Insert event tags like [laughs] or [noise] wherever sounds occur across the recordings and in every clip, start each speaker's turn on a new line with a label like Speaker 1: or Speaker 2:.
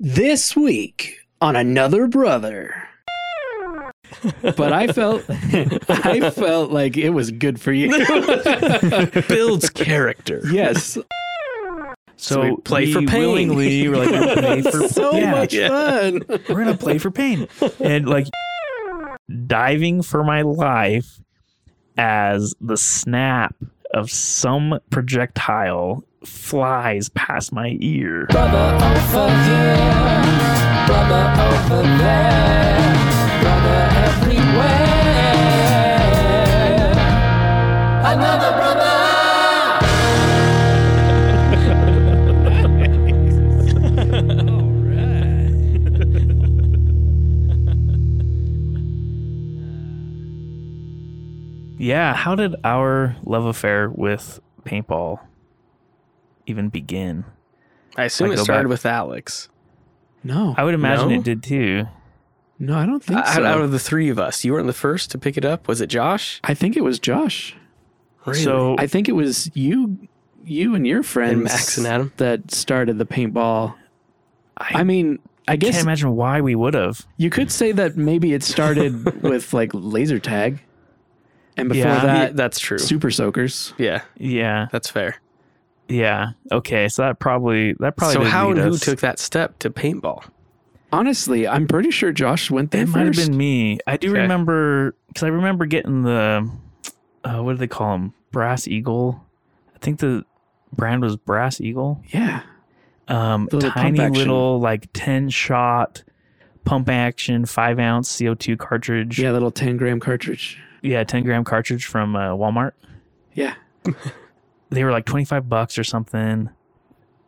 Speaker 1: This week on another brother. But I felt [laughs] I felt like it was good for you.
Speaker 2: builds character.
Speaker 1: yes.
Speaker 2: So we play for pain.
Speaker 3: willingly were like we're play [laughs] for
Speaker 1: So
Speaker 3: yeah,
Speaker 1: much
Speaker 2: Yeah.
Speaker 1: fun.
Speaker 3: we're gonna play for pain and like diving for my life as the snap of some projectile flies past my ear yeah how did our love affair with paintball even begin
Speaker 1: I assume
Speaker 3: I
Speaker 1: it
Speaker 3: go
Speaker 1: started
Speaker 3: back-
Speaker 1: with Alex. No.
Speaker 3: i would imagine
Speaker 2: No?
Speaker 3: it did too
Speaker 1: no, I don't think
Speaker 2: out,
Speaker 1: so.
Speaker 2: out of the three of us, you weren't the first to pick it up. Was it Josh?
Speaker 1: I think it was Josh.
Speaker 3: so
Speaker 1: I think it was you you and your friends
Speaker 2: Max and Adam?
Speaker 1: that started the paintball.
Speaker 3: I
Speaker 1: I mean, I
Speaker 3: can't
Speaker 1: guess
Speaker 3: imagine why we would have
Speaker 1: you could say that maybe it started with like laser tag. And before
Speaker 3: Yeah.
Speaker 2: Yeah,
Speaker 1: that,
Speaker 2: that's true.
Speaker 1: super soakers.
Speaker 2: yeah,
Speaker 3: yeah
Speaker 2: that's fair.
Speaker 3: yeah okay so that probably that probably
Speaker 2: so
Speaker 3: did
Speaker 2: how
Speaker 3: lead
Speaker 2: and who
Speaker 3: us-
Speaker 2: took that step to paintball?
Speaker 1: Honestly, I'm pretty sure Josh went there
Speaker 3: It might have
Speaker 1: first.
Speaker 3: been me. I do
Speaker 2: Okay.
Speaker 3: remember because I remember getting the uh, what do they call them? Brass Eagle. I think the brand was Brass Eagle.
Speaker 1: Yeah.
Speaker 3: Um,
Speaker 1: The little pump
Speaker 3: tiny
Speaker 1: action.
Speaker 3: little like ten shot pump action five ounce CO two cartridge.
Speaker 1: Yeah, little 10 gram cartridge.
Speaker 3: yeah, ten gram cartridge from uh, Walmart.
Speaker 1: Yeah.
Speaker 3: They were like twenty five bucks or something.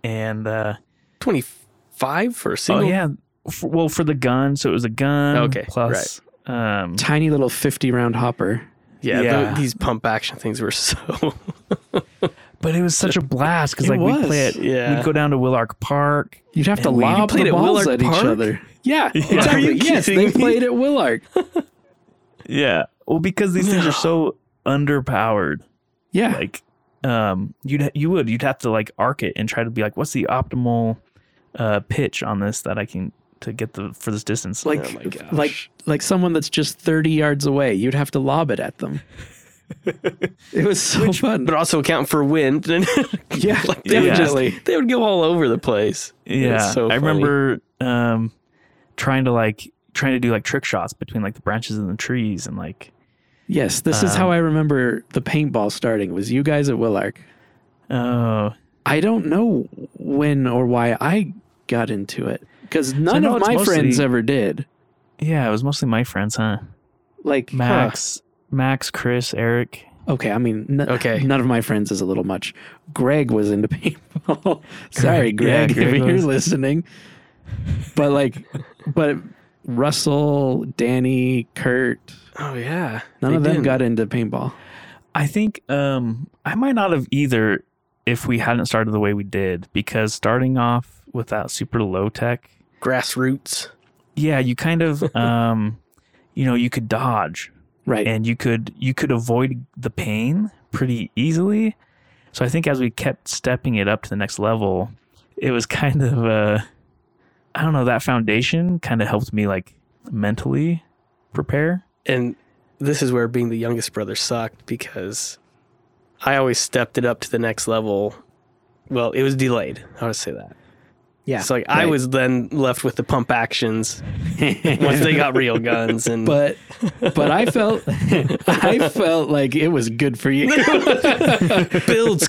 Speaker 3: And uh,
Speaker 2: Twenty five for a
Speaker 3: oh
Speaker 2: single.
Speaker 3: yeah, f well for the gun, so it was a gun.
Speaker 2: Okay,
Speaker 3: plus um,
Speaker 1: Tiny little 50 round hopper.
Speaker 2: yeah.
Speaker 3: Yeah.
Speaker 2: tho- these pump action things were [laughs] so.
Speaker 3: But it was such a blast because
Speaker 1: It
Speaker 3: like we
Speaker 1: was.
Speaker 3: play it.
Speaker 2: Yeah.
Speaker 3: We'd go down to Willark Park.
Speaker 1: You'd have to
Speaker 3: And we- You
Speaker 1: lob
Speaker 2: played
Speaker 1: the
Speaker 2: at
Speaker 1: balls at
Speaker 2: Willard
Speaker 1: each
Speaker 2: Park?
Speaker 1: other. Yeah, exactly.
Speaker 2: you
Speaker 1: yes,
Speaker 2: kidding
Speaker 1: they
Speaker 2: me?
Speaker 1: played at Willard.
Speaker 3: Yeah. Well, because these things are so underpowered.
Speaker 1: Yeah.
Speaker 3: Like, um, you'd you would you'd have to like arc it and try to be like, what's the optimal uh pitch on this that I can to get the for this
Speaker 1: [laughs]
Speaker 3: distance?
Speaker 1: like
Speaker 2: my gosh.
Speaker 1: like like someone that's just 30 yards away you'd have to lob it at them it was so fun
Speaker 2: but also accounting for wind. [laughs] And
Speaker 1: yeah
Speaker 2: like they would just
Speaker 1: definitely
Speaker 2: they would go all over the place. It was
Speaker 3: yeah.
Speaker 2: so
Speaker 3: I
Speaker 2: funny.
Speaker 3: remember um trying to like trying to do like trick shots between like the branches and the trees and like
Speaker 1: yes this is how i remember the paintball starting was you guys at willark
Speaker 3: oh
Speaker 1: i don't know when or why i got into it because none of
Speaker 3: know it's
Speaker 1: my
Speaker 3: mostly-
Speaker 1: friends ever did
Speaker 3: yeah, it was mostly my friends, huh?
Speaker 1: like huh,
Speaker 3: Max, Max, Chris, Eric.
Speaker 1: okay i mean n-
Speaker 2: Okay.
Speaker 1: none of my friends is a little much greg was into [laughs] paintball sorry
Speaker 3: Greg- yeah,
Speaker 1: greg,
Speaker 3: Greg
Speaker 1: if
Speaker 3: was.
Speaker 1: you're listening but like but russell danny kurt
Speaker 2: Oh yeah,
Speaker 1: none
Speaker 2: They
Speaker 1: of them
Speaker 2: did.
Speaker 1: got into paintball
Speaker 3: I think um, I might not have either if we hadn't started the way we did, because starting off with that super low tech,
Speaker 2: grassroots.
Speaker 3: yeah, you kind
Speaker 2: [laughs]
Speaker 3: of, um, you know, you could dodge
Speaker 1: right
Speaker 3: and you could you could avoid the pain pretty easily. So I think as we kept stepping it up to the next level, it was [laughs] kind of uh, I don't know that foundation kind of helped me like mentally prepare.
Speaker 2: and this is where being the youngest brother sucked because I always stepped it up to the next level. Well, it was delayed. How to say that?
Speaker 1: yeah
Speaker 2: It's like I
Speaker 1: right.
Speaker 2: was then left with the pump actions once they got real guns and
Speaker 1: [laughs] [laughs] but but i felt [laughs] i felt like it was good for you
Speaker 2: builds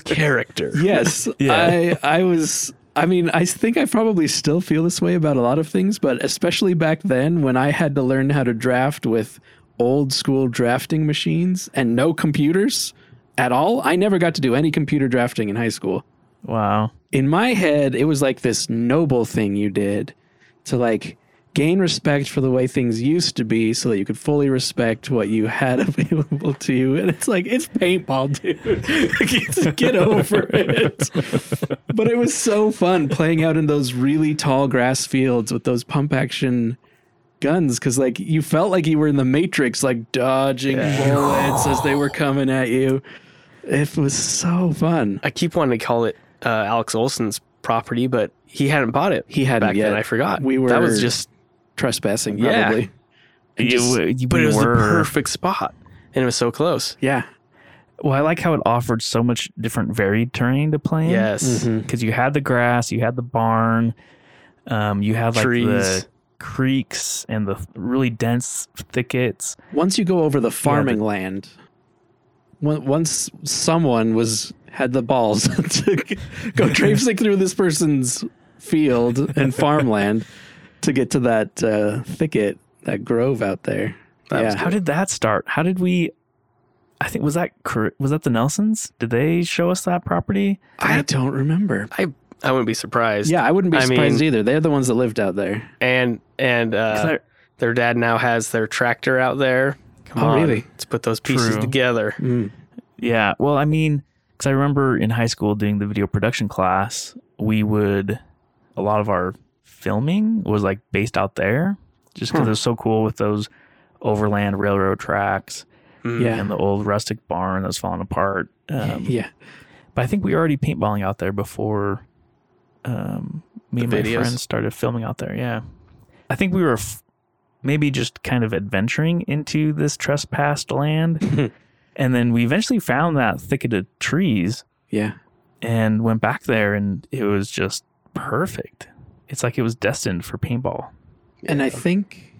Speaker 1: [laughs]
Speaker 2: character.
Speaker 1: Yes.
Speaker 3: Yeah.
Speaker 1: I I was I mean, I think I probably still feel this way about a lot of things, but especially back then when I had to learn how to draft with old school drafting machines and no computers at all. I never got to do any computer drafting in high school.
Speaker 3: Wow.
Speaker 1: In my head, it was like this noble thing you did to like gain respect for the way things used to be so that you could fully respect what you had [laughs] available to you. And it's like, it's paintball, dude. [laughs] Just Get over it. But it was so fun playing out in those really tall grass fields with those pump action guns because like you felt like you were in the matrix like dodging bullets as they were coming at you it was so fun
Speaker 2: I keep wanting to call it uh, Alex Olson's property, but he hadn't bought it.
Speaker 1: He hadn't
Speaker 2: back
Speaker 1: yet.
Speaker 2: then. I forgot.
Speaker 1: We were
Speaker 2: that was just
Speaker 1: trespassing,
Speaker 2: Yeah.
Speaker 1: probably.
Speaker 2: It just-
Speaker 3: w- you-
Speaker 2: but
Speaker 3: we
Speaker 2: it was
Speaker 3: were-
Speaker 2: the perfect spot, and it was so close.
Speaker 1: Yeah.
Speaker 3: Well, I like how it offered so much different varied terrain to play in.
Speaker 2: Yes,
Speaker 1: Mhm.
Speaker 3: because you had the grass, you had the barn, um, you had like
Speaker 2: trees.
Speaker 3: the creeks and the really dense thickets.
Speaker 1: Once you go over the farming land, on- once someone was had the balls [laughs] to
Speaker 2: [laughs]
Speaker 1: go traipsing through this person's field and farmland to get to that uh, thicket, that grove out there.
Speaker 2: That was
Speaker 1: yeah.
Speaker 3: How did that start? How did we? I think was that cor- was that the Nelsons? Did they show us that property?
Speaker 1: I don't remember.
Speaker 2: I I wouldn't be surprised.
Speaker 1: Yeah, I wouldn't be
Speaker 2: I mean-
Speaker 1: surprised either. They're the ones that lived out there.
Speaker 2: and and
Speaker 3: 'Cause
Speaker 2: uh,
Speaker 3: I-
Speaker 2: their dad now has their tractor out there. Come
Speaker 1: Oh,
Speaker 2: on,
Speaker 1: really?
Speaker 2: let's put those pieces
Speaker 3: True.
Speaker 2: together.
Speaker 1: Mm.
Speaker 3: Yeah. Well, I mean, because I remember in high school doing the video production class, we would, a lot of our filming was like based out there just because
Speaker 1: Huh.
Speaker 3: it was so cool with those overland railroad tracks
Speaker 2: Mm.
Speaker 1: Yeah.
Speaker 3: and the old rustic barn that was falling apart. Um,
Speaker 1: yeah.
Speaker 3: But I think we were already paintballing out there before um, me
Speaker 2: The
Speaker 3: and my
Speaker 2: videos.
Speaker 3: friends started filming out there. Yeah. I think we were f- maybe just kind of adventuring into this trespassed
Speaker 2: [laughs]
Speaker 3: land. and then we eventually found that thicket of trees
Speaker 1: Yeah.
Speaker 3: and went back there, and it was just perfect. It's like it was destined for paintball.
Speaker 1: And I think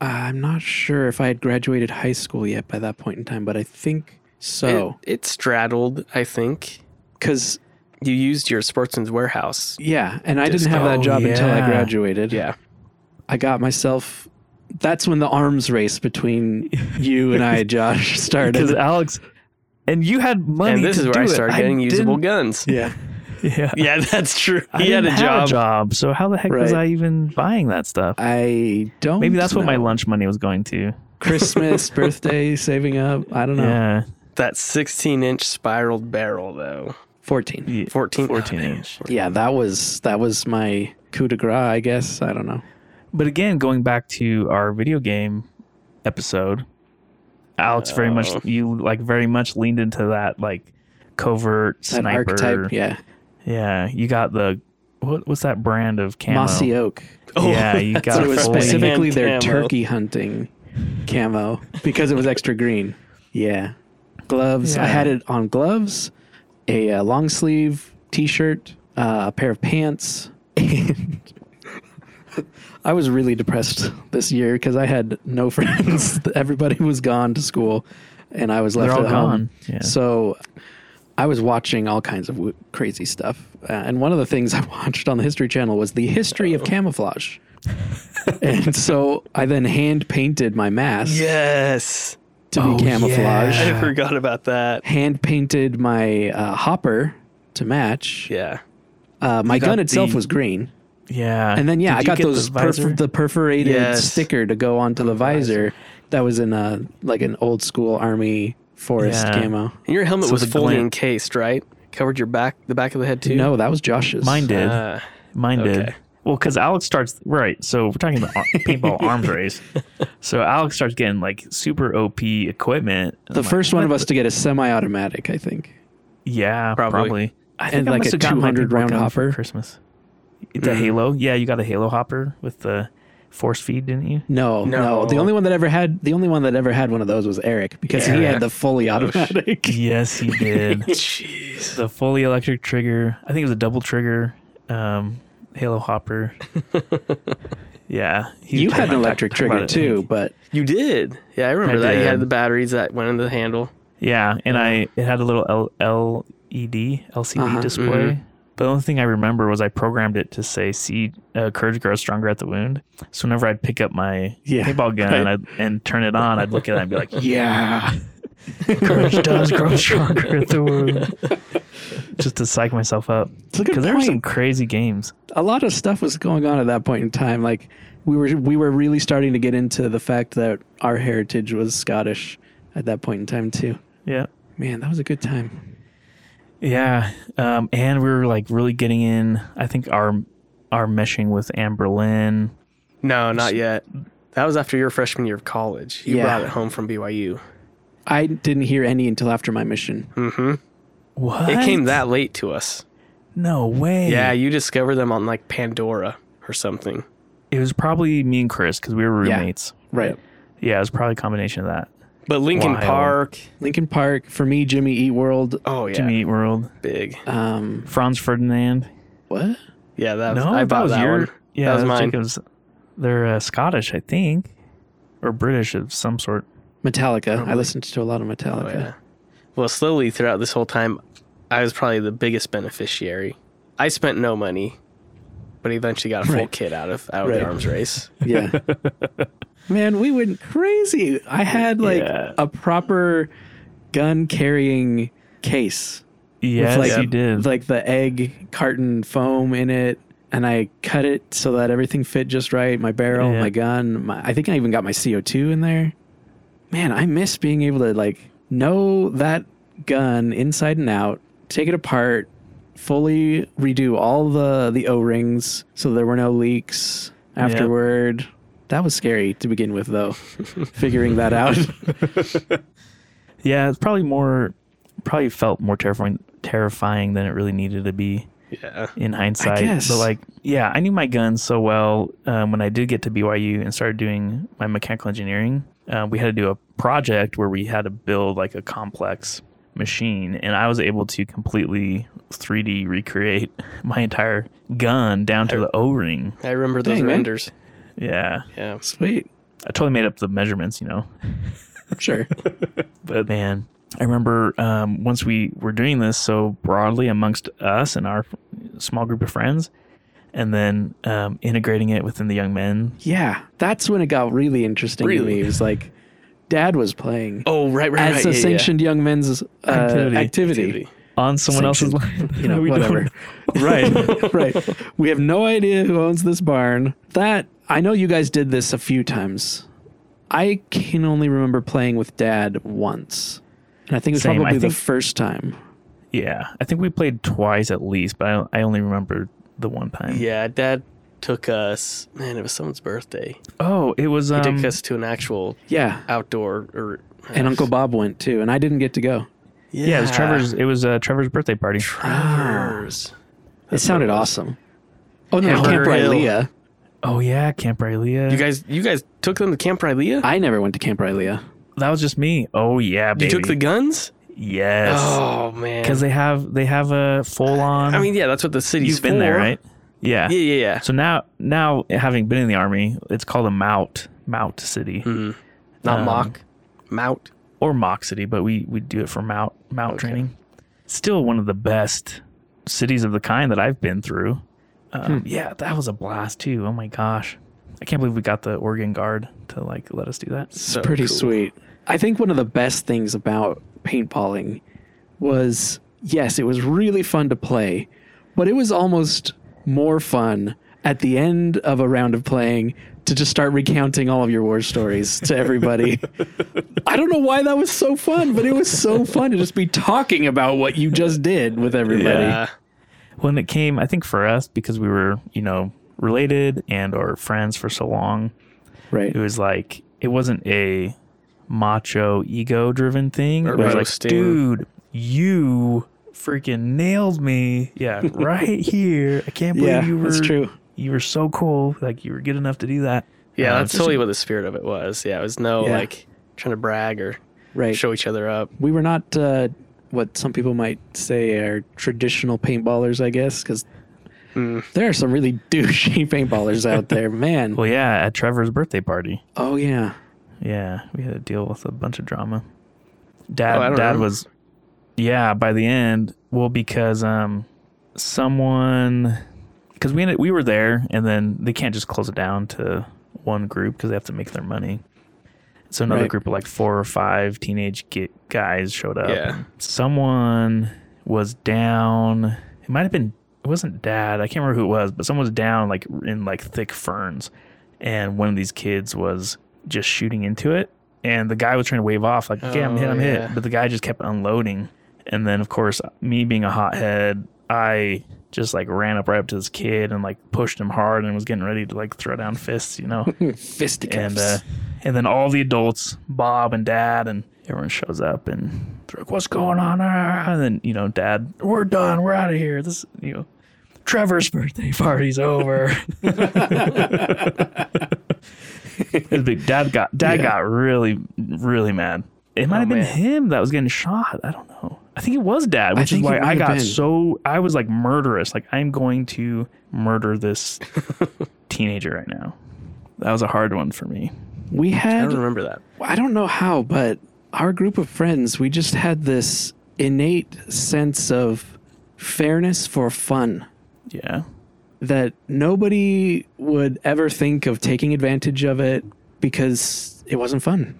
Speaker 1: uh, I'm not sure if I had graduated high school yet by that point in time, but I think so.
Speaker 2: It, it straddled. I think
Speaker 1: Because
Speaker 2: you used your Sportsman's Warehouse.
Speaker 1: yeah, and I
Speaker 2: Just-
Speaker 1: didn't have that
Speaker 3: oh,
Speaker 1: job until I
Speaker 3: yeah.
Speaker 1: graduated.
Speaker 2: Yeah,
Speaker 1: I got myself. That's when the arms race
Speaker 3: [laughs]
Speaker 1: between you and I, Josh,
Speaker 3: Because
Speaker 1: started.
Speaker 3: Alex, and you had money.
Speaker 2: and this
Speaker 3: to
Speaker 2: is where
Speaker 3: do
Speaker 2: I
Speaker 3: it.
Speaker 2: started getting usable
Speaker 3: didn't-
Speaker 2: guns.
Speaker 1: yeah,
Speaker 3: [laughs] Yeah.
Speaker 2: Yeah, that's true.
Speaker 3: I
Speaker 2: He had a
Speaker 3: didn't have
Speaker 2: job.
Speaker 3: job. So how the heck was
Speaker 1: Right.
Speaker 3: I even buying that stuff?
Speaker 1: I don't.
Speaker 3: Maybe that's what my
Speaker 1: know.
Speaker 3: lunch [laughs] money was going to. [laughs]
Speaker 1: Christmas, birthday, saving up. I don't know.
Speaker 3: Yeah.
Speaker 2: That 16 inch spiraled barrel, though.
Speaker 1: Fourteen.
Speaker 2: 14,
Speaker 3: 14
Speaker 2: oh,
Speaker 3: inch.
Speaker 2: man.
Speaker 1: Yeah, that was that was my coup de grace. I guess I don't know.
Speaker 3: But again, going back to our video game episode, Alex very
Speaker 2: Oh.
Speaker 3: much you like very much leaned into that like covert
Speaker 1: That
Speaker 3: sniper.
Speaker 1: archetype. Yeah,
Speaker 3: Yeah, you got the what what's that brand of camo?
Speaker 1: mossy oak.
Speaker 2: Oh,
Speaker 3: Yeah, you
Speaker 2: that's
Speaker 3: got
Speaker 1: So Oh, it was
Speaker 3: fully-
Speaker 2: right.
Speaker 1: specifically
Speaker 2: Hand
Speaker 1: their
Speaker 2: camo.
Speaker 1: turkey hunting camo because it was extra green. Yeah. Gloves. I
Speaker 3: Yeah.
Speaker 1: had it on gloves, a, uh long sleeve t shirt, uh, a pair of pants. [laughs] And I was really depressed this year because I had no [laughs] friends. Everybody was gone to school and I was left
Speaker 3: They're all
Speaker 1: at
Speaker 3: gone.
Speaker 1: home.
Speaker 3: Yeah.
Speaker 1: So I was watching all kinds of w- crazy stuff. Uh, and one of the things [laughs] I watched on the History Channel was the history of camouflage. and so I then hand painted my mask
Speaker 2: [laughs] Yes.
Speaker 1: to be
Speaker 3: Oh,
Speaker 1: camouflage,
Speaker 3: yeah.
Speaker 2: I forgot about that.
Speaker 1: hand painted my uh, hopper to match.
Speaker 2: Yeah.
Speaker 1: Uh, my
Speaker 3: got
Speaker 1: gun itself
Speaker 3: the-
Speaker 1: was green.
Speaker 3: yeah.
Speaker 1: And then, yeah,
Speaker 3: Did
Speaker 1: I
Speaker 3: you
Speaker 1: got
Speaker 3: get
Speaker 1: those
Speaker 3: the
Speaker 1: the,
Speaker 3: visor? Oh,
Speaker 1: the perforated
Speaker 2: Yes.
Speaker 1: sticker to go onto the visor. That was in a, like an old school army forest
Speaker 3: Yeah.
Speaker 1: camo.
Speaker 2: And your helmet
Speaker 3: So
Speaker 2: was
Speaker 3: the
Speaker 2: fully
Speaker 3: glam-
Speaker 2: encased, right? Covered your back, the back of the head, too?
Speaker 1: No, that was Josh's.
Speaker 3: Mine did.
Speaker 2: Uh,
Speaker 3: Mine
Speaker 2: okay.
Speaker 3: did. Well, because Alex starts right. So we're talking [laughs] about ar- paintball arms race. So Alex starts getting like super OP equipment.
Speaker 1: The first one of us to get a semi-automatic, I think.
Speaker 3: Yeah,
Speaker 2: Probably.
Speaker 3: probably. I
Speaker 1: And like
Speaker 3: must
Speaker 1: a
Speaker 3: have gotten my
Speaker 1: 200
Speaker 3: paintball
Speaker 1: round
Speaker 3: gun for
Speaker 1: hopper.
Speaker 3: Christmas. Mm. The Halo. Yeah, you got a Halo hopper with the force feed, didn't you?
Speaker 1: No, no,
Speaker 2: No.
Speaker 1: The only one that ever had the only one that ever had one of those was Eric because he
Speaker 2: Eric.
Speaker 1: had the fully automatic.
Speaker 3: Yes, he did. [laughs]
Speaker 2: Jeez.
Speaker 3: the fully electric trigger. I think it was a double trigger um, Halo [laughs] hopper. yeah.
Speaker 1: [laughs]
Speaker 3: he
Speaker 1: you
Speaker 3: was
Speaker 1: had an
Speaker 3: talking about-
Speaker 1: electric
Speaker 3: talking about
Speaker 1: trigger
Speaker 3: it.
Speaker 1: too, but
Speaker 2: You did. Yeah, I remember that. You
Speaker 3: did.
Speaker 2: had the batteries that went into the handle.
Speaker 3: Yeah, and I it had a little L- E LED LCD
Speaker 1: Uh-huh.
Speaker 3: display. But the only thing I remember was I programmed it to say "See, uh, courage grows stronger at the wound." So whenever I'd pick up my
Speaker 1: Yeah,
Speaker 3: paintball gun
Speaker 1: right.
Speaker 3: and, I'd, and turn it on, I'd look at it and be like,
Speaker 1: yeah,
Speaker 3: "Courage [laughs] does grow stronger at the wound," [laughs] just to psych myself up.
Speaker 1: it's a good
Speaker 3: Because there were some
Speaker 1: point.
Speaker 3: crazy games.
Speaker 1: A lot of stuff was going on at that point in time. Like we were we were really starting to get into the fact that our heritage was Scottish at that point in time too.
Speaker 3: Yeah.
Speaker 1: Man, that was a good time.
Speaker 3: Yeah, um, and we were like really getting in. I think our our meshing with Anne Berlin.
Speaker 2: No, not yet. That was after your freshman year of college. You
Speaker 1: Yeah.
Speaker 2: brought it home from BYU.
Speaker 1: I didn't hear any until after my mission.
Speaker 2: Mm hmm.
Speaker 3: What
Speaker 2: It came that late to us.
Speaker 3: No way.
Speaker 2: Yeah, you discover them on like Pandora or something.
Speaker 3: It was probably me and Chris because we were
Speaker 1: Yeah.
Speaker 3: roommates.
Speaker 1: Right.
Speaker 3: Yeah. it was probably a combination of that.
Speaker 2: But Lincoln
Speaker 3: Wild.
Speaker 2: Park.
Speaker 1: Lincoln Park for me, Jimmy Eat World.
Speaker 2: Oh yeah,
Speaker 3: Jimmy Eat World,
Speaker 2: big.
Speaker 1: Um,
Speaker 3: Franz Ferdinand.
Speaker 1: what?
Speaker 2: Yeah, that was,
Speaker 3: no,
Speaker 2: I
Speaker 3: that
Speaker 2: bought
Speaker 3: was
Speaker 2: that,
Speaker 3: your.
Speaker 2: one.
Speaker 3: Yeah,
Speaker 2: that was mine.
Speaker 3: Jacob's. They're uh, Scottish, I think, or British of some sort.
Speaker 1: Metallica. I listened to a lot of
Speaker 2: Oh,
Speaker 1: Metallica.
Speaker 2: yeah. Well, slowly throughout this whole time, I was probably the biggest beneficiary. I spent no money, but eventually got a full
Speaker 1: Right.
Speaker 2: kit out of out of
Speaker 1: Right.
Speaker 2: the arms race.
Speaker 1: Yeah.
Speaker 2: [laughs]
Speaker 1: Man, we went crazy. I had like
Speaker 3: Yeah.
Speaker 1: a proper gun carrying case
Speaker 3: Yes,
Speaker 1: like-
Speaker 3: you did.
Speaker 1: with like the egg carton foam in it. And I cut it so that everything fit just right. My barrel,
Speaker 3: Yeah.
Speaker 1: my gun. My, I think I even got my CO2 in there. Man, I miss being able to like know that gun inside and out, take it apart, fully redo all the the O-rings so there were no leaks afterward. That was scary to begin with though, figuring that out. [laughs]
Speaker 3: yeah, it's probably more. Probably felt more terrifying, terrifying than it really needed to be.
Speaker 2: Yeah.
Speaker 3: in hindsight.
Speaker 1: guess.
Speaker 3: But like, yeah, I knew my guns so well. Um, when I did get to BYU and started doing my mechanical engineering, uh, we had to do a project where we had to build like a complex machine, and I was able to completely 3D recreate [laughs] my entire gun down to the O-ring.
Speaker 2: I remember those
Speaker 1: Dang, man.
Speaker 2: renders.
Speaker 3: Yeah,
Speaker 2: Yeah.
Speaker 1: Sweet.
Speaker 3: I totally made up the measurements, you know.
Speaker 1: Sure.
Speaker 3: But man, I remember um, once we were doing this so broadly amongst us and our small group of friends, and then um, integrating it within the young men.
Speaker 1: Yeah, that's when it got really interesting to
Speaker 2: Really?
Speaker 1: me. It was like, Dad was playing
Speaker 2: Oh right,
Speaker 1: as
Speaker 2: right, right.
Speaker 1: a
Speaker 2: yeah, yeah.
Speaker 1: sanctioned young men's uh,
Speaker 3: Activity.
Speaker 1: activity.
Speaker 2: Activity.
Speaker 3: On someone else's line,
Speaker 2: [laughs]
Speaker 1: You know,
Speaker 3: [laughs] We don't-
Speaker 1: whatever. [laughs]
Speaker 3: right?
Speaker 1: right. We have no idea who owns this barn. That I know you guys did this a few times. I can only remember playing with Dad once, and I think it was
Speaker 3: Same. I
Speaker 1: probably the
Speaker 3: think-
Speaker 1: first time.
Speaker 3: yeah, I think we played twice at least, but I, I only remember the one time.
Speaker 2: Yeah, Dad took us. Man, it was someone's birthday.
Speaker 3: Oh, it was
Speaker 2: He
Speaker 3: um,
Speaker 2: took us to an actual
Speaker 1: Yeah,
Speaker 2: Uh, outdoor. Or, uh,
Speaker 1: and Uncle Bob went too, and I didn't get to go.
Speaker 2: Yeah,
Speaker 3: yeah, it was Trevor's. It was uh, Trevor's birthday party.
Speaker 2: Trevor's.
Speaker 1: Ah. it sounded awesome. Oh no,
Speaker 2: Hamburger
Speaker 1: Camp
Speaker 2: Hill.
Speaker 1: Rylea.
Speaker 3: Oh yeah, Camp Rylea.
Speaker 2: You guys, you guys took them to Camp Rylea.
Speaker 1: I never went to Camp Rylea.
Speaker 3: that was just me. Oh yeah,
Speaker 2: You
Speaker 3: baby.
Speaker 2: took the guns.
Speaker 3: yes.
Speaker 2: Oh man.
Speaker 3: Because they have they have a full on.
Speaker 2: I mean, yeah, that's what the city's
Speaker 3: you've been there,
Speaker 2: for.
Speaker 3: right? Yeah.
Speaker 2: Yeah, yeah, yeah.
Speaker 3: So now, now having been in the army, it's called a mount, mount city
Speaker 2: Hmm. Not
Speaker 3: Um,
Speaker 2: mock, mount.
Speaker 3: or mock city, but we we do it for mount mount
Speaker 2: Okay.
Speaker 3: training. Still one of the best cities of the kind that I've been through. Um,
Speaker 1: Hmm.
Speaker 3: Yeah, that was a blast too. Oh my gosh, I can't believe we got the Oregon Guard to like let us do that.
Speaker 2: So
Speaker 1: pretty
Speaker 2: cool.
Speaker 1: sweet. I think one of the best things about paintballing was yes, it was really fun to play, but it was almost more fun at the end of a round of playing to just start recounting all of your war stories to
Speaker 2: [laughs]
Speaker 1: everybody. I don't know why that was so fun, but it was so fun to just be talking about what you just did with everybody.
Speaker 2: Yeah.
Speaker 3: When it came, I think for us because we were you know related and or friends for so long,
Speaker 1: Right.
Speaker 3: it was like it wasn't a macho ego driven thing.
Speaker 2: Or
Speaker 3: it was
Speaker 2: roasting.
Speaker 3: like, dude, you freaking nailed me.
Speaker 1: [laughs]
Speaker 3: Yeah, right here. I can't believe
Speaker 1: Yeah,
Speaker 3: you were
Speaker 1: that's true.
Speaker 3: you were so cool. Like you were good enough to do that.
Speaker 2: Yeah,
Speaker 3: Um,
Speaker 2: that's totally what the spirit of it was. Yeah, it was no
Speaker 1: Yeah.
Speaker 2: like trying to brag or
Speaker 1: Right.
Speaker 2: show each other up.
Speaker 1: we were not uh, what some people might say are traditional paintballers, I guess, because
Speaker 2: Mm.
Speaker 1: there are some really douchey [laughs] paintballers out
Speaker 2: [laughs]
Speaker 1: there, man.
Speaker 3: Well, yeah, at Trevor's birthday party.
Speaker 1: Oh yeah,
Speaker 3: Yeah, we had to deal with a bunch of drama. Dad,
Speaker 2: Oh, I don't
Speaker 3: dad
Speaker 2: remember.
Speaker 3: was, yeah. By the end, well, because um, someone, because we ended, we were there, and then they can't just close it down to one group because they have to make their money. So another
Speaker 1: Right.
Speaker 3: group of like four or five teenage ki- guys showed up.
Speaker 2: Yeah.
Speaker 3: and Someone was down. It might have been. It wasn't dad. I can't remember who it was, but someone was down like in like thick ferns, and one of these kids was just shooting into it, and the guy was trying to wave off like, "Okay, I'm
Speaker 2: Oh,
Speaker 3: hit, I'm
Speaker 2: yeah.
Speaker 3: hit," but the guy just kept unloading, and then of course me being a hothead, I just like ran up right up to this kid and like pushed him hard and was getting ready to like throw down fists, you know. [laughs]
Speaker 1: fisticuffs.
Speaker 3: uh, and uh, and then all the adults, Bob and Dad and everyone shows up and They're like, what's going on? Ah, And then, you know, dad, we're done. We're out of here. This, you know, Trevor's birthday party's over. [laughs] His big dad got dad got really really mad. It might have been
Speaker 2: man.
Speaker 3: him that was getting shot. I don't know. I think it was dad, which is
Speaker 1: think it
Speaker 3: why
Speaker 1: might
Speaker 3: I
Speaker 1: have
Speaker 3: got
Speaker 1: been.
Speaker 3: so I was like murderous. Like I'm going to murder
Speaker 2: [laughs]
Speaker 3: this teenager right now. That was a hard one for me.
Speaker 1: We
Speaker 2: I
Speaker 1: had
Speaker 2: don't remember that.
Speaker 1: I don't know how, but our group of friends, we just had this innate sense of fairness for fun
Speaker 3: Yeah.
Speaker 1: that nobody would ever think of taking advantage of it because it wasn't fun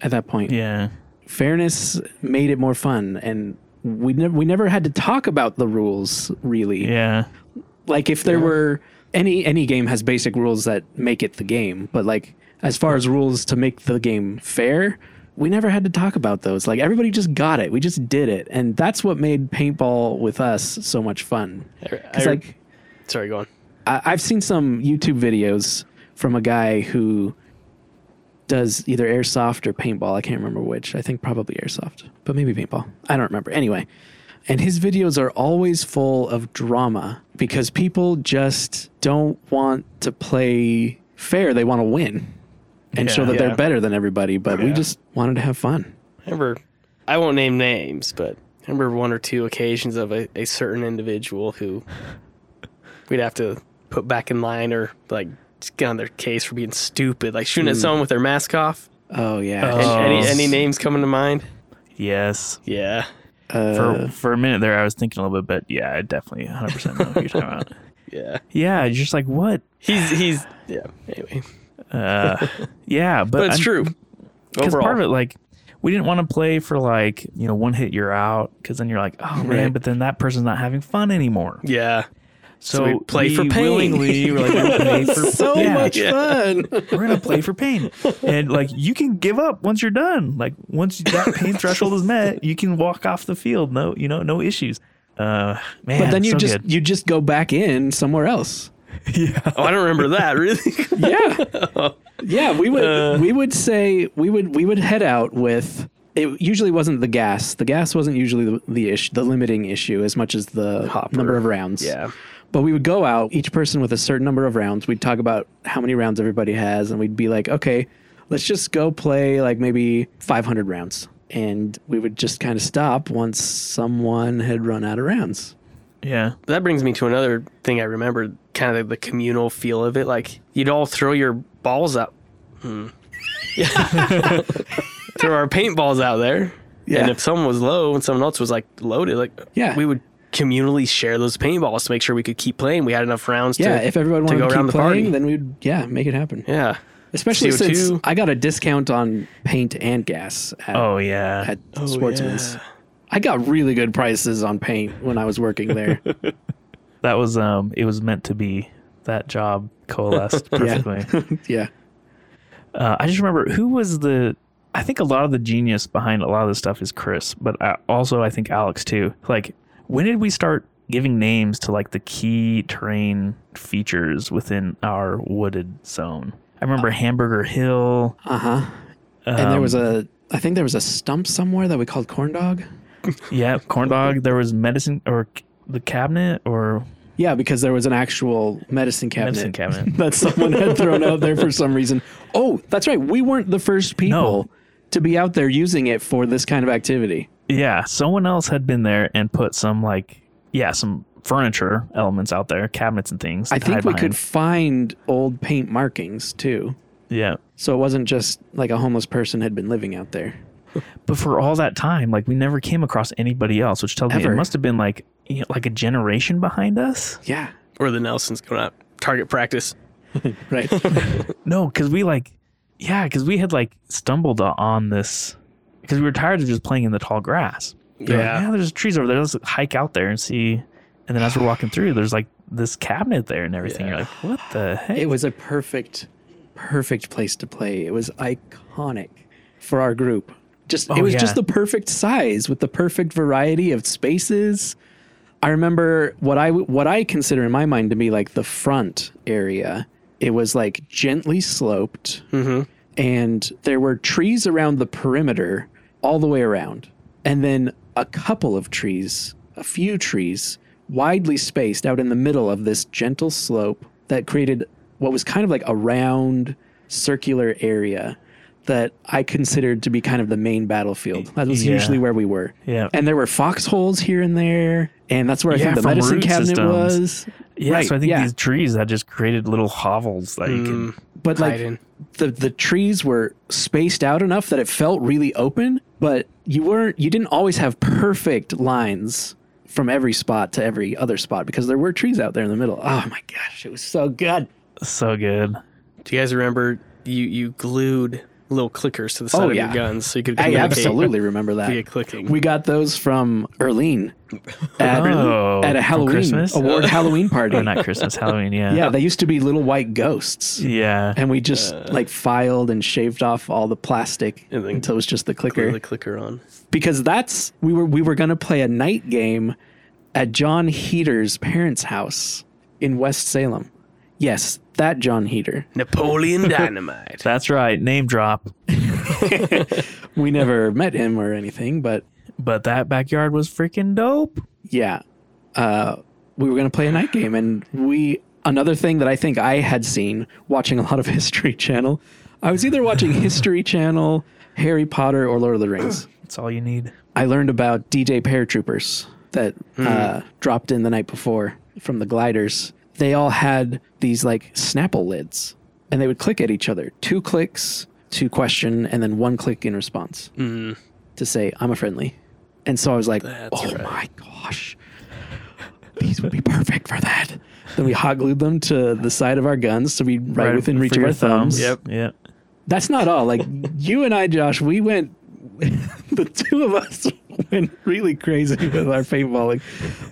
Speaker 1: at that point.
Speaker 3: Yeah.
Speaker 1: Fairness made it more fun and we never we never had to talk about the rules really.
Speaker 3: Yeah.
Speaker 1: Like if there were any any game has basic rules that make it the game, but like as far as rules to make the game fair, we never had to talk about those. Like everybody just got it. We just did it. And that's what made paintball with us so much fun.
Speaker 2: I, I,
Speaker 1: Cuz like
Speaker 2: sorry, go on.
Speaker 1: I, I've seen some YouTube videos from a guy who does either airsoft or paintball. I can't remember which. I think probably airsoft, but maybe paintball. I don't remember. Anyway, and his videos are always full of drama because people just don't want to play fair. They want to win and show
Speaker 3: Yeah.
Speaker 1: that
Speaker 2: Yeah.
Speaker 1: they're better than everybody, but we
Speaker 2: Yeah.
Speaker 1: just wanted to have fun.
Speaker 2: I remember, I won't name names, but I remember one or two occasions of a, a certain individual who we'd have to put back in line or like just get on their case for being stupid, like shooting at someone with their mask off.
Speaker 1: Oh, yeah.
Speaker 3: Oh.
Speaker 2: Any, any names coming to mind?
Speaker 3: Yes.
Speaker 2: Yeah.
Speaker 3: For
Speaker 2: Uh.
Speaker 3: for a minute there I was thinking a little bit, but yeah, I definitely 100% know what you're talking
Speaker 2: [laughs]
Speaker 3: about.
Speaker 2: Yeah.
Speaker 3: Yeah, you're just like what?
Speaker 2: He's, he's, yeah. Anyway,
Speaker 3: Uh, yeah, but,
Speaker 2: but it's
Speaker 3: I'm-
Speaker 2: true.
Speaker 3: because
Speaker 2: Overall.
Speaker 3: part of it like we didn't want to play for like you know one hit you're out because then you're like oh man
Speaker 2: Right.
Speaker 3: but then that person's not having fun anymore
Speaker 2: [laughs] yeah.
Speaker 3: so,
Speaker 2: we play for pain.
Speaker 3: willingly we're like we're gonna play
Speaker 2: [laughs]
Speaker 3: for
Speaker 1: so
Speaker 3: yeah,
Speaker 1: much
Speaker 3: [laughs]
Speaker 2: yeah.
Speaker 1: fun.
Speaker 3: we're gonna play for pain and like you can give up once you're done like once that pain threshold is met you can walk off the field no you know no issues uh man
Speaker 1: But then you
Speaker 3: so
Speaker 1: just
Speaker 3: good.
Speaker 1: you just go back in somewhere else.
Speaker 3: yeah
Speaker 2: Oh, I don't remember that really.
Speaker 1: yeah [laughs] yeah we would
Speaker 2: Uh.
Speaker 1: we would say we would we would head out with it usually wasn't the gas the gas wasn't usually the, the issue the limiting issue as much as the
Speaker 2: Hopper.
Speaker 1: number of rounds
Speaker 2: yeah.
Speaker 1: but we would go out each person with a certain number of rounds we'd talk about how many rounds everybody has and we'd be like okay let's just go play like maybe 500 rounds and we would just kind of stop once someone had run out of rounds
Speaker 3: yeah
Speaker 2: That brings me to another thing I remember, kind of the communal feel of it. Like you'd all throw your balls out.
Speaker 1: [laughs]
Speaker 2: Hmm. [laughs] throw our paintballs out there.
Speaker 1: Yeah.
Speaker 2: And if someone was low and someone else was like loaded, like
Speaker 1: Yeah.
Speaker 2: we would communally share those paintballs to make sure we could keep playing. We had enough rounds
Speaker 1: yeah
Speaker 2: to
Speaker 1: if everyone
Speaker 2: to
Speaker 1: wanted
Speaker 2: go
Speaker 1: to,
Speaker 2: around
Speaker 1: keep
Speaker 2: the party.
Speaker 1: playing then we'd yeah make it happen
Speaker 2: Yeah.
Speaker 1: Especially
Speaker 2: CO2.
Speaker 1: since I got a discount on paint and gas at,
Speaker 3: oh yeah
Speaker 1: at Sportsman's. I got really good prices on paint when I was working there.
Speaker 3: that was um it was meant to be that job
Speaker 1: [laughs]
Speaker 3: coalesced perfectly
Speaker 1: yeah.
Speaker 3: Uh, I just remember who was the. I think a lot of the genius behind a lot of this stuff is Chris, but I, also I think Alex too. Like, when did we start giving names to like the key terrain features within our wooded zone? I remember Hamburger Hill.
Speaker 1: Uh huh. and
Speaker 3: Um,
Speaker 1: there was a, I think there was a stump somewhere that we called corn dog.
Speaker 3: Yeah, Corn Dog. There was medicine or c- the cabinet or
Speaker 1: Yeah, because there was an actual medicine cabinet
Speaker 3: medicine
Speaker 1: [laughs]
Speaker 3: cabinet.
Speaker 1: that someone had thrown out there for some reason. Oh, that's right. We weren't the first people to be out there using it for this kind of activity.
Speaker 3: [laughs] Yeah, someone else had been there and put some like yeah some furniture elements out there, cabinets and things.
Speaker 1: I
Speaker 3: to
Speaker 1: think
Speaker 3: hide
Speaker 1: we
Speaker 3: behind.
Speaker 1: could find old paint markings too.
Speaker 3: Yeah.
Speaker 1: So it wasn't just like a homeless person had been living out there.
Speaker 3: but for all that time, like we never came across anybody else, which tells me
Speaker 1: Ever.
Speaker 3: it must have been like you know, like a generation behind us.
Speaker 1: Yeah.
Speaker 2: Or the Nelsons going out target practice.
Speaker 1: Right. [laughs]
Speaker 3: No, because we like, yeah, because we had like stumbled on this because we were tired of just playing in the tall grass. We were like,
Speaker 2: Yeah.
Speaker 3: yeah, there's trees over there. Let's hike out there and see. And then as we're walking through, there's like this cabinet there and everything. You're like, what the heck?
Speaker 1: it was a perfect, perfect place to play. It was iconic for our group. Just it
Speaker 3: Oh,
Speaker 1: was
Speaker 3: yeah.
Speaker 1: just the perfect size with the perfect variety of spaces. I remember what I what I consider in my mind to be like the front area. It was like gently sloped, and there were trees around the perimeter all the way around. and then a couple of trees, a few trees, widely spaced out in the middle of this gentle slope that created what was kind of like a round circular area that I considered to be kind of the main battlefield. That was
Speaker 3: Yeah.
Speaker 1: usually where we were.
Speaker 3: Yeah.
Speaker 1: And there were foxholes here and there. And that's where I
Speaker 3: Yeah,
Speaker 1: think the
Speaker 3: from
Speaker 1: medicine
Speaker 3: root
Speaker 1: cabinet
Speaker 3: systems.
Speaker 1: was.
Speaker 3: Yeah,
Speaker 1: Right,
Speaker 3: so I think
Speaker 1: yeah.
Speaker 3: these trees that just created little hovels that you
Speaker 2: Mm,
Speaker 3: could
Speaker 1: But like
Speaker 2: hiding.
Speaker 1: the the trees were spaced out enough that it felt really open, but you weren't you didn't always have perfect lines from every spot to every other spot because there were trees out there in the middle. Oh my gosh, it was so
Speaker 2: [laughs]
Speaker 1: good.
Speaker 3: so good.
Speaker 2: Do you guys remember you you glued little clickers to the side
Speaker 1: Oh,
Speaker 2: of
Speaker 1: yeah.
Speaker 2: your guns so you could
Speaker 1: I
Speaker 2: communicate
Speaker 1: absolutely remember
Speaker 2: via
Speaker 1: that.
Speaker 2: clicking?
Speaker 1: We got those from Erlene at,
Speaker 3: Oh,
Speaker 1: at a
Speaker 3: from
Speaker 1: Halloween
Speaker 3: Christmas? Oh.
Speaker 1: award Halloween
Speaker 3: Or [laughs]
Speaker 1: party. [laughs]
Speaker 3: not Christmas, Halloween, yeah.
Speaker 1: Yeah, they used to be little white ghosts.
Speaker 3: Yeah.
Speaker 1: And we just like filed and shaved off all the plastic
Speaker 2: Uh. And then
Speaker 1: until it was just the clicker.
Speaker 2: Glue the clicker on.
Speaker 1: because that's we were we were going to play a night game at John Heater's parents' house in West Salem. Yes, that John Heater.
Speaker 2: [laughs] Napoleon Dynamite.
Speaker 3: That's right. Name drop.
Speaker 1: We never met him or anything, but
Speaker 3: But that backyard was freaking dope.
Speaker 1: yeah, uh, we were going to play a night game, and we another thing that I think I had seen watching a lot of [laughs] History Channel. I was either watching History Channel, Harry Potter, or Lord of the Rings.
Speaker 3: That's all you need.
Speaker 1: I learned about DJ paratroopers that
Speaker 3: Hmm.
Speaker 1: uh, dropped in the night before from the gliders. They all had these like Snapple lids, and they would click at each other. Two clicks to question, and then one click in response
Speaker 3: Mm-hmm.
Speaker 1: to say "I'm a friendly." And so I was like, "Oh my gosh, these would be perfect for that." Then we hot glued them to the side of our guns to be right, within reach
Speaker 3: for
Speaker 1: of our
Speaker 3: your
Speaker 1: thumbs.
Speaker 3: Yep. Yep.
Speaker 1: That's not all. Like you and I, Josh, we went. [laughs] the two of us [laughs] went really crazy with our paintballing.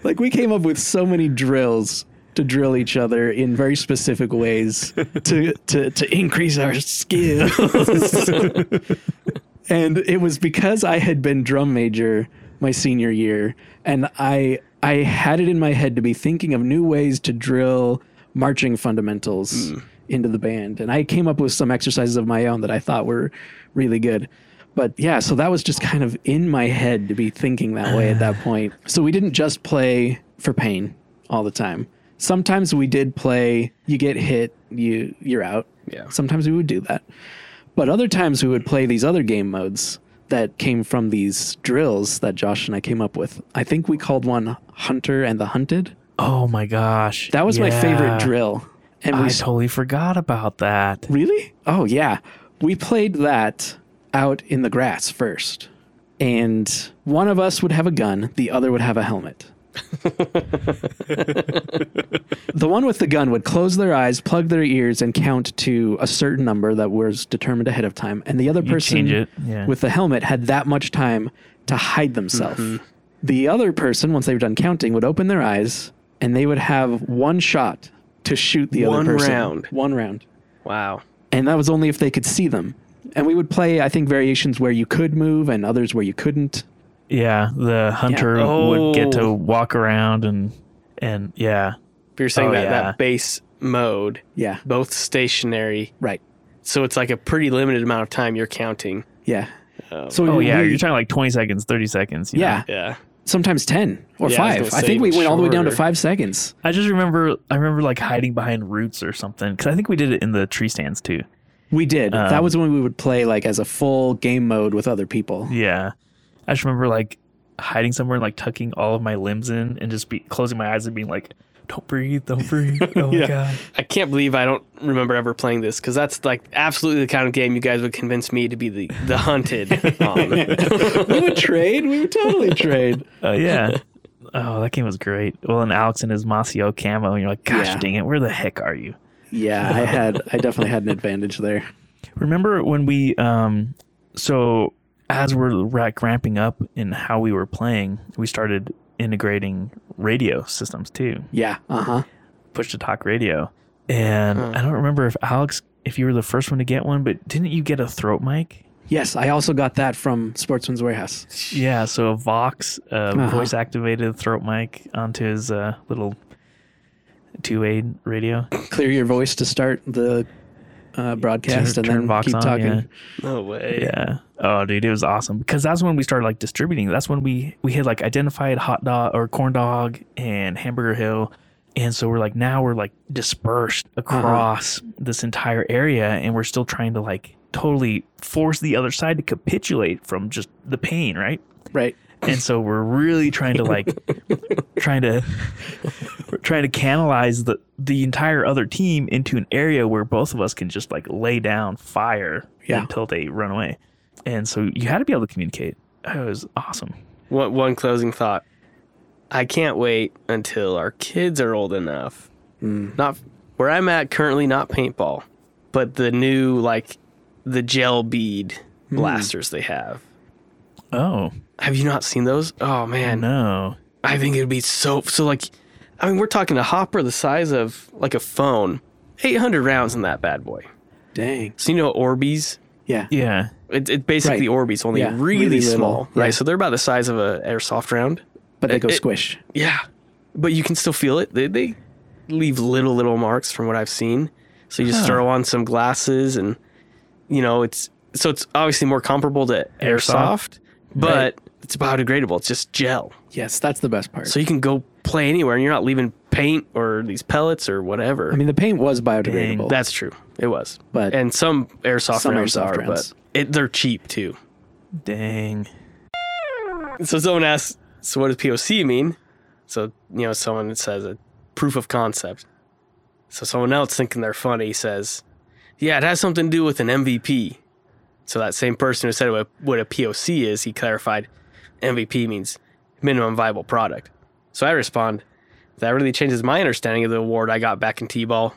Speaker 1: Like we came up with so many drills to drill each other in very specific ways to to to increase our skills. [laughs] and it was because I had been drum major my senior year, and I I had it in my head to be thinking of new ways to drill marching fundamentals into the band, and I came up with some exercises of my own that I thought were really good. But yeah, so that was just kind of in my head to be thinking that way at that point. So we didn't just play for pain all the time. Sometimes we did play. You get hit, you you're out.
Speaker 2: Yeah.
Speaker 1: Sometimes we would do that. But other times we would play these other game modes that came from these drills that Josh and I came up with. I think we called one Hunter and the Hunted.
Speaker 3: Oh my gosh.
Speaker 1: That was my favorite
Speaker 3: Yeah.
Speaker 1: drill. And we
Speaker 3: I
Speaker 1: s-
Speaker 3: totally forgot about that.
Speaker 1: really? Oh yeah. We played that out in the grass first. And one of us would have a gun, the other would have a
Speaker 3: [laughs]
Speaker 1: helmet. the one with the gun would close their eyes, plug their ears, and count to a certain number that was determined ahead of time. And the other
Speaker 3: You
Speaker 1: person
Speaker 3: change it. Yeah.
Speaker 1: with the helmet had that much time to hide themselves.
Speaker 2: Mm-hmm.
Speaker 1: The other person, once they were done counting, would open their eyes and they would have one shot to shoot the
Speaker 2: One
Speaker 1: other person.
Speaker 2: round.
Speaker 1: One round.
Speaker 2: Wow.
Speaker 1: And that was only if they could see them. And we would play, I think, variations where you could move and others where you couldn't.
Speaker 3: yeah. The hunter would get to
Speaker 2: Oh.
Speaker 3: walk around and and yeah.
Speaker 2: But you're saying
Speaker 3: Oh,
Speaker 2: that
Speaker 3: yeah.
Speaker 2: that base mode,
Speaker 1: Yeah.
Speaker 2: both stationary,
Speaker 1: Right.
Speaker 2: so it's like a pretty limited amount of time you're counting.
Speaker 1: Yeah.
Speaker 2: Um,
Speaker 1: So
Speaker 3: Oh
Speaker 1: we-
Speaker 3: yeah.
Speaker 1: we-
Speaker 3: You're talking like 20 seconds, 30 seconds. you know?
Speaker 1: yeah.
Speaker 2: Yeah.
Speaker 1: Sometimes 10 or
Speaker 2: Yeah, I was
Speaker 1: 5.
Speaker 2: gonna
Speaker 1: I
Speaker 2: say
Speaker 1: think we went all the way down to
Speaker 2: shorter.
Speaker 1: 5 seconds.
Speaker 3: I just remember I remember like hiding behind roots or something because I think we did it in the tree stands too.
Speaker 1: We did. that
Speaker 3: Um,
Speaker 1: was when we would play like as a full game mode with other people.
Speaker 3: Yeah, I just remember like hiding somewhere and like tucking all of my limbs in and just be closing my eyes and being like, "Don't breathe, don't [laughs] breathe." Oh my god.
Speaker 2: I can't believe I don't remember ever playing this because that's like absolutely the kind of game you guys would convince me to be the, the hunted [laughs]
Speaker 1: [laughs]
Speaker 2: on.
Speaker 1: we would trade. We would totally trade.
Speaker 3: Uh, yeah. oh, that game was great. Well, and Alex and his Masio camo, and you're like, "Gosh
Speaker 1: Yeah.
Speaker 3: dang it, where the heck are you?"
Speaker 1: Yeah, I had I definitely had an advantage there.
Speaker 3: Remember when we um so as we're like ramping up in how we were playing, we started integrating radio systems too.
Speaker 1: Yeah. Uh huh.
Speaker 3: push to talk radio. And I don't remember if Alex, if you were the first one to get one, but didn't you get a throat mic?
Speaker 1: Yes, I also got that from Sportsman's Warehouse.
Speaker 3: Yeah, so a Vox uh,
Speaker 1: Uh-huh.
Speaker 3: voice activated throat mic onto his uh, little two way radio.
Speaker 1: Clear your voice to start the uh, broadcast
Speaker 3: Turn-
Speaker 1: and then
Speaker 3: turn Vox
Speaker 1: keep
Speaker 3: on,
Speaker 1: talking.
Speaker 3: yeah.
Speaker 2: No way.
Speaker 3: Yeah. Oh, dude, it was awesome because that's when we started like distributing. That's when we we had like identified hot dog or corn dog and hamburger hill, and so we're like now we're like dispersed
Speaker 1: Uh-huh.
Speaker 3: across this entire area, and we're still trying to like totally force the other side to capitulate from just the pain, right?
Speaker 1: Right.
Speaker 3: and so we're really trying to like trying to we're trying to canalize the the entire other team into an area where both of us can just like lay down fire
Speaker 1: Yeah.
Speaker 3: until they run away and so you had to be able to communicate it was awesome
Speaker 2: One, one closing thought. I can't wait until our kids are old enough.
Speaker 1: Hmm.
Speaker 2: Not where I'm at currently, not paintball, but the new like the gel bead
Speaker 1: Hmm.
Speaker 2: blasters they have.
Speaker 3: oh
Speaker 2: Have you not seen those? Oh man,
Speaker 3: no
Speaker 2: I think it'd be so so like. I mean, we're talking a hopper the size of like a phone, 800 rounds in that bad boy.
Speaker 1: Dang.
Speaker 2: So you know Orbeez.
Speaker 1: Yeah.
Speaker 3: yeah
Speaker 2: It's it basically Orbeez, only
Speaker 1: Yeah,
Speaker 2: really,
Speaker 1: really little.
Speaker 2: small, right?
Speaker 1: Yeah.
Speaker 2: So they're about the size of a airsoft round.
Speaker 1: But they go
Speaker 2: It- it-
Speaker 1: squish.
Speaker 2: Yeah, but you can still feel it. They they leave little little marks from what I've seen. So you just
Speaker 3: Huh.
Speaker 2: throw on some glasses, and you know it's so it's obviously more comparable to
Speaker 3: Airsoft.
Speaker 2: airsoft, but it's biodegradable. It's just gel,
Speaker 1: Yes, that's the best part.
Speaker 2: so you can go play anywhere, and you're not leaving paint or these pellets or whatever.
Speaker 1: I mean, the paint was biodegradable,
Speaker 2: that's true. It was,
Speaker 1: but
Speaker 2: and some airsoft
Speaker 1: Some
Speaker 2: rounds
Speaker 1: airsoft
Speaker 2: are,
Speaker 1: rounds.
Speaker 2: but it, they're cheap too.
Speaker 3: dang
Speaker 2: So someone asks, "So what does POC mean?" So you know, someone says a proof of concept. So someone else thinking they're funny says, "Yeah, it has something to do with an MVP." So that same person who said what, what a POC is, he clarified, MVP means minimum viable product. So I respond, "That really changes my understanding of the award I got back in T-ball."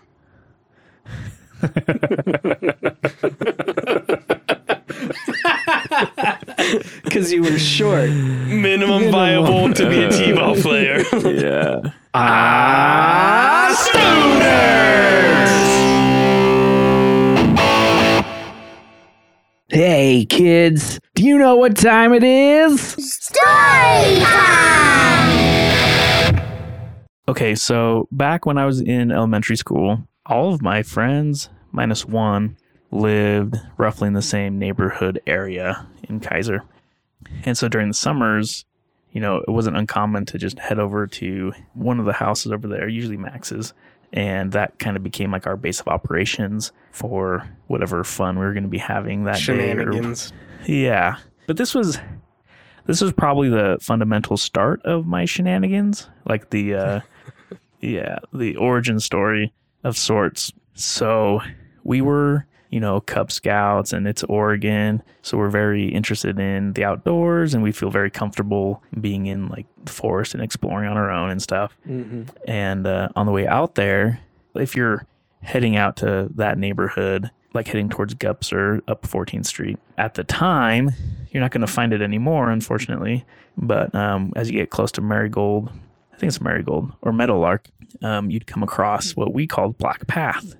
Speaker 1: because you were short.
Speaker 2: Minimum, viable to be a T-ball player.
Speaker 3: yeah
Speaker 4: Hey, kids, do you know what time it is?
Speaker 3: Okay, so back when I was in elementary school, all of my friends, minus one, lived roughly in the same neighborhood area in Kaiser. And so during the summers, you know, it wasn't uncommon to just head over to one of the houses over there, usually Max's. And that kind of became like our base of operations for whatever fun we were going to be having that day or
Speaker 2: Shenanigans.
Speaker 3: yeah. But this was this was probably the fundamental start of my shenanigans, like the uh yeah, the origin story of sorts. So, we were, you know, Cub Scouts and it's Oregon, so we're very interested in the outdoors and we feel very comfortable being in like the forest and exploring on our own and stuff. And uh, on the way out there, if you're heading out to that neighborhood, like heading towards Gups or up 14th Street, at the time, you're not going to find it anymore, unfortunately. But um, as you get close to Marigold, I think it's Marigold or Meadowlark, um, you'd come across what we called Black Path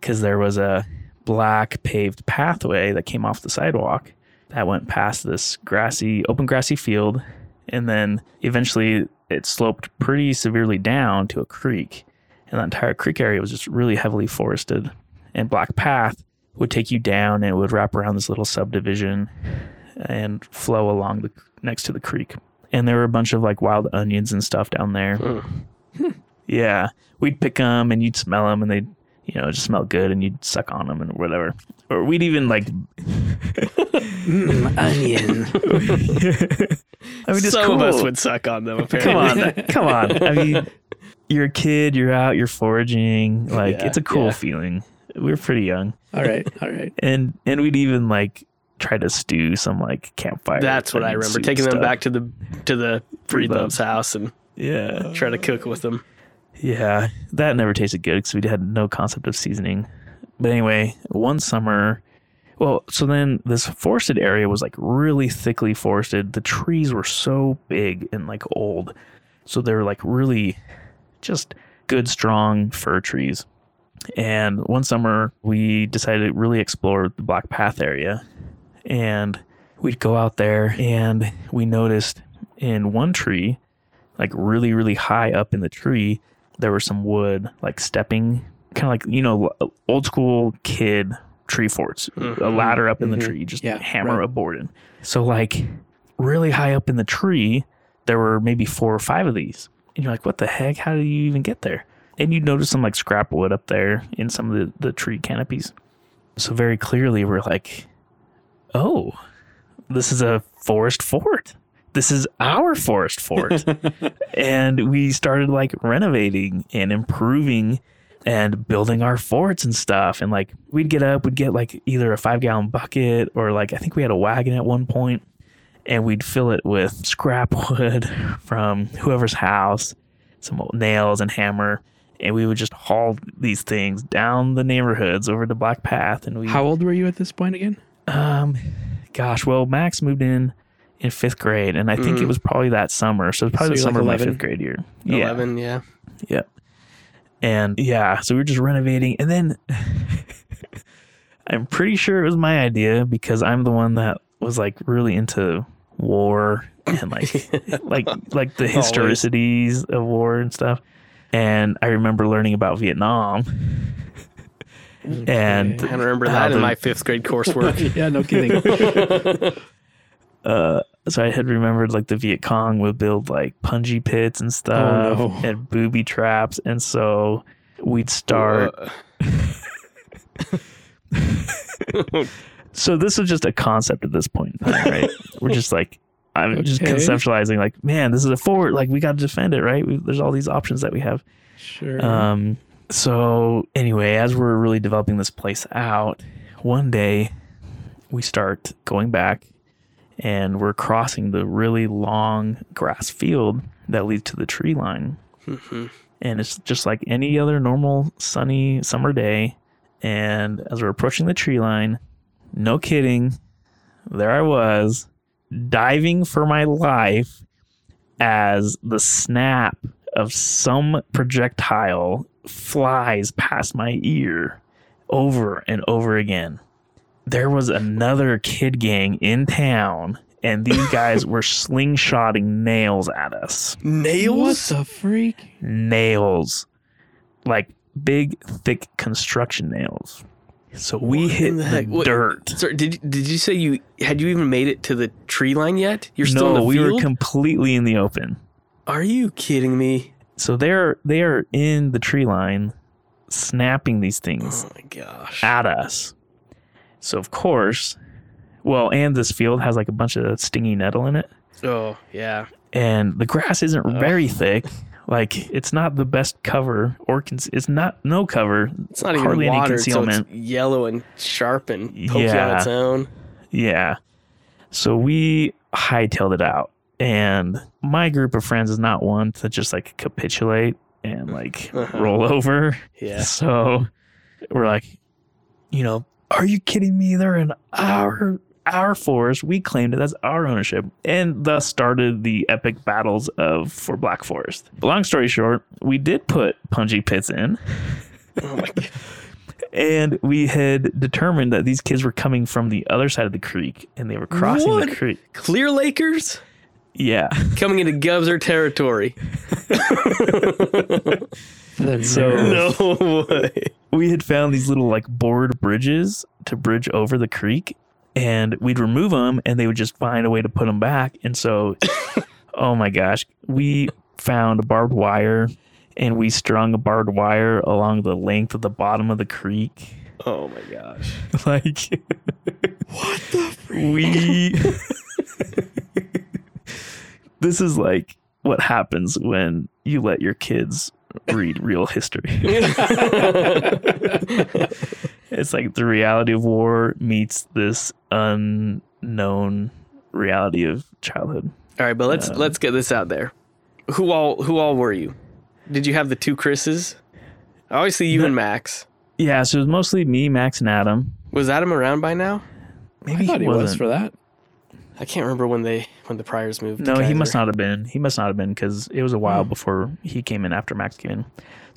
Speaker 3: because there was a black paved pathway that came off the sidewalk that went past this grassy, open grassy field. And then eventually it sloped pretty severely down to a creek. And that entire creek area was just really heavily forested. And Black Path would take you down and it would wrap around this little subdivision and flow along the next to the creek. And there were a bunch of like wild onions and stuff down there. [laughs] Yeah, we'd pick them and you'd smell them and they'd, you know, just smell good and you'd suck on them and whatever. Or we'd even like,
Speaker 1: Onion. [laughs]
Speaker 3: I mean, it's
Speaker 2: Some of us
Speaker 3: cool.
Speaker 2: would suck on them. Apparently.
Speaker 3: come on, [laughs] come on. I
Speaker 2: [laughs]
Speaker 3: mean, you're a kid, you're out, you're foraging. Like,
Speaker 2: Yeah,
Speaker 3: it's a cool
Speaker 2: yeah.
Speaker 3: feeling. We were pretty young,
Speaker 1: all right, all right.
Speaker 3: and and we'd even like try to stew some like campfire.
Speaker 2: That's what I
Speaker 3: onion
Speaker 2: remember.
Speaker 3: soup
Speaker 2: Taking them
Speaker 3: stuff.
Speaker 2: back to the to the
Speaker 3: Free
Speaker 2: Free Love's house and
Speaker 3: Yeah,
Speaker 2: try to cook with them.
Speaker 3: yeah. That never tasted good because we had no concept of seasoning. But anyway, one summer, well, so then this forested area was like really thickly forested. The trees were so big and like old. So they were like really just good, strong fir trees. And one summer, we decided to really explore the Black Path area. And we'd go out there and we noticed in one tree, like really, really high up in the tree, there were some wood, like stepping kind of like you know old school kid tree forts, a
Speaker 2: Mhm.
Speaker 3: ladder up in
Speaker 1: Mhm.
Speaker 3: the tree, just
Speaker 1: Yeah,
Speaker 3: hammer
Speaker 1: right.
Speaker 3: a board in. So like really high up in the tree, there were maybe four or five of these, and you're like, what the heck? How do you even get there? And you notice some like scrap wood up there in some of the, the tree canopies. So very clearly, we're like, oh, this is a forest fort. This is our forest fort. and we started like renovating and improving and building our forts and stuff. And like we'd get up, we'd get like either a five gallon bucket or like I think we had a wagon at one point and we'd fill it with scrap [laughs] wood from whoever's house, some old nails and hammer. And we would just haul these things down the neighborhoods over to Black Path. And we,
Speaker 1: How old were you at this point again?
Speaker 3: um, gosh, well, Max moved in in fifth grade, and I think it
Speaker 2: Mhm.
Speaker 3: was probably that summer. So it's probably
Speaker 1: Mm. So
Speaker 3: the
Speaker 1: you're like
Speaker 3: summer of my
Speaker 1: 11?
Speaker 3: fifth grade year. Yeah.
Speaker 2: Eleven, yeah.
Speaker 3: And yeah, so we were just renovating. And then [laughs] I'm pretty sure it was my idea because I'm the one that was like really into war
Speaker 1: [laughs]
Speaker 3: and like like like the historicities of war and stuff. And I remember learning about Vietnam. And
Speaker 2: I remember
Speaker 3: How
Speaker 2: that in
Speaker 3: the-
Speaker 2: my fifth
Speaker 3: [laughs]
Speaker 2: grade coursework.
Speaker 1: [laughs] yeah, no kidding.
Speaker 3: uh, so I had remembered like the Viet Cong would build like punji pits and stuff
Speaker 1: Oh, no.
Speaker 3: and booby traps, and so we'd start.
Speaker 2: Uh,
Speaker 3: So this was just a concept at this point, in
Speaker 1: [laughs]
Speaker 3: time, right? We're just like I'm just
Speaker 1: Okay.
Speaker 3: conceptualizing, like man, this is a fort, like we got to defend it, right? We, there's all these options that we have.
Speaker 1: Sure.
Speaker 3: Um, so anyway, as we're really developing this place out, one day we start going back and we're crossing the really long grass field that leads to the tree line.
Speaker 2: Mhm.
Speaker 3: And it's just like any other normal sunny summer day. And as we're approaching the tree line, no kidding, there I was diving for my life as the snap of some projectile flies past my ear over and over again. There was another kid gang in town, and these guys were slingshotting nails at us.
Speaker 1: what
Speaker 2: Nails?
Speaker 1: the freak?
Speaker 3: Nails. Like big, thick construction nails. So we
Speaker 2: What
Speaker 3: hit
Speaker 2: in
Speaker 3: the,
Speaker 2: the heck? What-
Speaker 3: dirt.
Speaker 2: Sorry, did did you say you had you even made it to the tree line yet? You're still in
Speaker 3: no,
Speaker 2: the
Speaker 3: we
Speaker 2: field.
Speaker 3: were completely in the open.
Speaker 2: Are you kidding me?
Speaker 3: So they're they are in the tree line, snapping these things
Speaker 2: Oh my gosh.
Speaker 3: at us. So of course, well, and this field has like a bunch of stingy nettle in it,
Speaker 2: Oh yeah.
Speaker 3: and the grass isn't
Speaker 2: Ugh.
Speaker 3: very thick. Like it's not the best cover, or cons- it's not no cover.
Speaker 2: It's not even
Speaker 3: Hardly any
Speaker 2: watered, so it's
Speaker 3: concealment.
Speaker 2: yellow and sharp and pokes you
Speaker 3: Yeah.
Speaker 2: on its own.
Speaker 3: Yeah. So we hightailed it out, and my group of friends is not one to just like capitulate and like
Speaker 2: Uh-huh.
Speaker 3: roll over.
Speaker 2: Yeah.
Speaker 3: So we're like, you know, are you kidding me? They're in our our forest. We claimed it. That's our ownership. And thus started the epic battles of for Black Forest. Long story short, we did put punji pits in.
Speaker 2: [laughs] Oh my god.
Speaker 3: And we had determined that these kids were coming from the other side of the creek and they were crossing
Speaker 2: What?
Speaker 3: the creek.
Speaker 2: Clear Lakers
Speaker 3: Yeah.
Speaker 2: coming into Govzer territory.
Speaker 1: The
Speaker 3: So-
Speaker 1: nerve.
Speaker 2: no way.
Speaker 3: we had found these little like board bridges to bridge over the creek and we'd remove them and they would just find a way to put them back and [laughs] so oh my gosh we found barbed wire and we strung a barbed wire along the length of the bottom of the creek
Speaker 2: [laughs]
Speaker 3: [laughs]
Speaker 2: Oh my gosh. [laughs]
Speaker 3: like what the we [laughs] this is like what happens when you let your kids read real history It's like the reality of war meets this unknown reality of childhood.
Speaker 2: All right, but let's
Speaker 3: Um,
Speaker 2: let's get this out there. Who all who all were you? Did you have the two Chris's? Obviously, you
Speaker 3: No.
Speaker 2: and Max.
Speaker 3: Yeah, so it was mostly me, Max, and Adam.
Speaker 2: Was Adam around by now?
Speaker 3: Maybe
Speaker 1: I thought he was
Speaker 3: wasn't.
Speaker 1: for that.
Speaker 2: I can't remember when they when the Priors moved. to
Speaker 3: No, he must
Speaker 2: Kaiser.
Speaker 3: not have been. He must not have been because it was a
Speaker 1: Hmm.
Speaker 3: while before he came in after Max came in.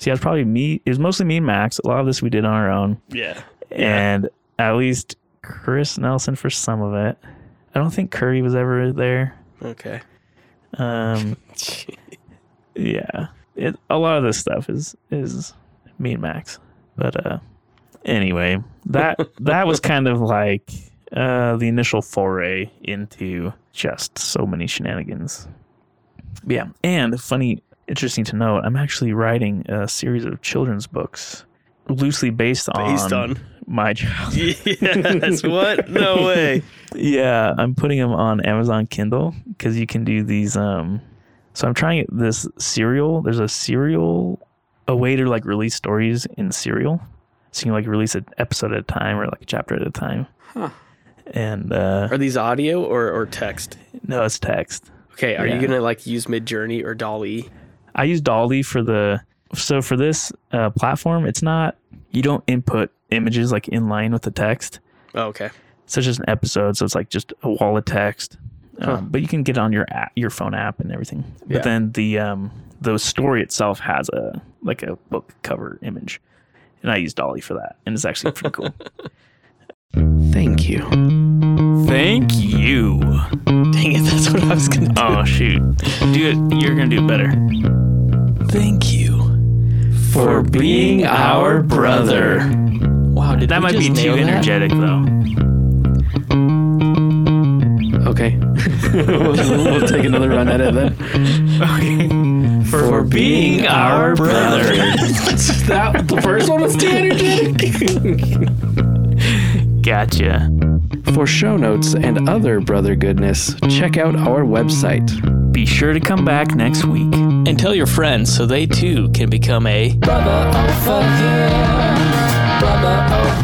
Speaker 3: So yeah, it was probably me. It was mostly me and Max. A lot of this we did on our own,
Speaker 2: Yeah.
Speaker 3: and at least Chris Nelson for some of it. I don't think Curry was ever there.
Speaker 2: Okay. [laughs]
Speaker 3: Um, yeah, it, a lot of this stuff is is me and Max. But uh, anyway, that that was kind of like uh, the initial foray into just so many shenanigans. But yeah, and funny, interesting to note, I'm actually writing a series of children's books loosely based on
Speaker 2: Based on.
Speaker 3: my [laughs] childhood.
Speaker 2: yes. What? [laughs] No way.
Speaker 3: Yeah, I'm putting them on Amazon Kindle because you can do these. Um, so I'm trying this serial. There's a serial, a way to like release stories in serial. So you can like release an episode at a time or like a chapter at a time.
Speaker 1: Huh.
Speaker 3: And uh,
Speaker 2: Are these audio or, or text?
Speaker 3: no, it's text.
Speaker 2: Okay. Are
Speaker 3: Yeah.
Speaker 2: you gonna like use Midjourney or Dolly?
Speaker 3: I use Dolly for the. So for this uh, platform, it's not you don't input images like in line with the text.
Speaker 2: Oh, okay.
Speaker 3: So it's just an episode, so it's like just a wall of text.
Speaker 2: Huh.
Speaker 3: Um, but you can get it on your app, your phone app and everything. But
Speaker 2: Yeah.
Speaker 3: then the um, the story itself has a like a book cover image, and I use Dolly for that, and it's actually pretty cool.
Speaker 1: Thank you.
Speaker 3: Thank you.
Speaker 2: [laughs] Dang it, that's what I was [laughs] gonna do.
Speaker 3: Oh shoot, do it. You're gonna do it better. Thank you
Speaker 1: For being our brother.
Speaker 2: Wow, did
Speaker 3: That
Speaker 2: we
Speaker 3: might be
Speaker 2: just
Speaker 3: too
Speaker 2: nail that?
Speaker 3: energetic though.
Speaker 1: Okay. we'll, we'll take another run at it then.
Speaker 3: For being our brother.
Speaker 1: that,
Speaker 2: [laughs]
Speaker 1: the first one was too energetic.
Speaker 3: gotcha.
Speaker 1: For show notes and other brother goodness, check out our website.
Speaker 3: Be sure to come back next week.
Speaker 5: And tell your friends so they too can become a
Speaker 6: Brother of a year, brother of